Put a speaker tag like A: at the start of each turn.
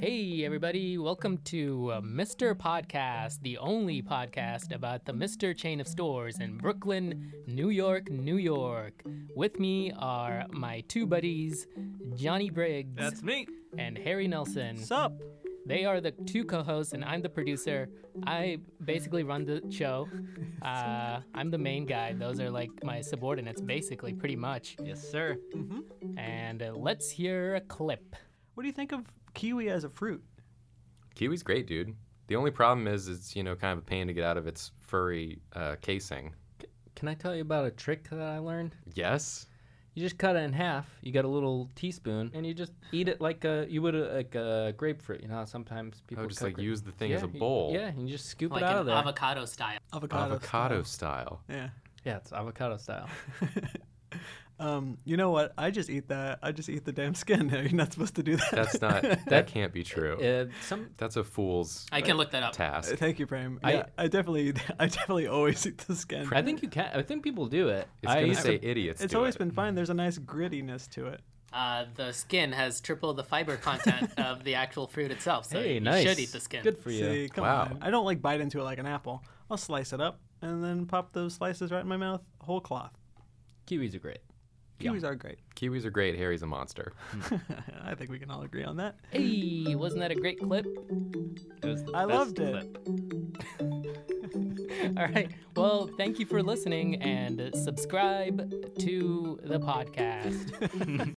A: Hey, everybody, welcome to uh, Mr. Podcast, the only podcast about the Mr. chain of stores in Brooklyn, New York, New York. With me are my two buddies, Johnny Briggs
B: That's me.
A: and Harry Nelson.
B: Sup?
A: They are the two co-hosts, and I'm the producer. I basically run the show. Uh, I'm the main guy. Those are like my subordinates, basically, pretty much.
B: Yes, sir.
A: And uh, let's hear a clip.
B: What do you think of kiwi as a fruit?
C: Kiwi's great, dude. The only problem is it's you know kind of a pain to get out of its furry uh, casing.
D: Can I tell you about a trick that I learned?
C: Yes.
D: You just cut it in half. You got a little teaspoon, and you just eat it like a you would a, like a grapefruit. You know, how sometimes people
C: Oh, just
D: cut
C: like
D: grape-
C: use the thing as
D: Yeah,
C: a
D: you-
C: bowl.
D: Yeah, and you just scoop it out of there.
A: avocado style.
B: Avocado.
C: Avocado style.
B: Yeah.
D: yeah, it's avocado style.
B: Um, you know what? I just eat that. I just eat the damn skin. No, you're not supposed to do that.
C: That's not. that can't be true.
D: Uh, some
C: That's a fool's
A: I can look that up.
C: task.
B: Thank you, Prem.
D: I-
B: Yeah, I, definitely, I definitely always eat the skin.
D: I think you can. I think people do it.
C: It's
D: I
C: gonna
D: used
C: say
D: to-
C: idiots.
B: it's
C: do
B: always
C: it.
B: been fine. There's a nice grittiness to it.
A: Uh, the skin has triple the fiber content of the actual fruit itself, so
D: hey,
A: you
D: nice.
A: should eat the skin.
D: Good for you.
B: See, come
C: Wow.
B: on. I don't like bite into it like an apple. I'll slice it up and then pop those slices right in my mouth, whole cloth.
D: Kiwis are great.
B: Kiwis are great.
C: Kiwis are great. Harry's a monster.
B: I think we can all agree on that.
A: Hey, wasn't that a great clip?
D: It was the
B: I
D: best
B: loved it.
D: clip.
A: All right. Well, thank you for listening and subscribe to the podcast.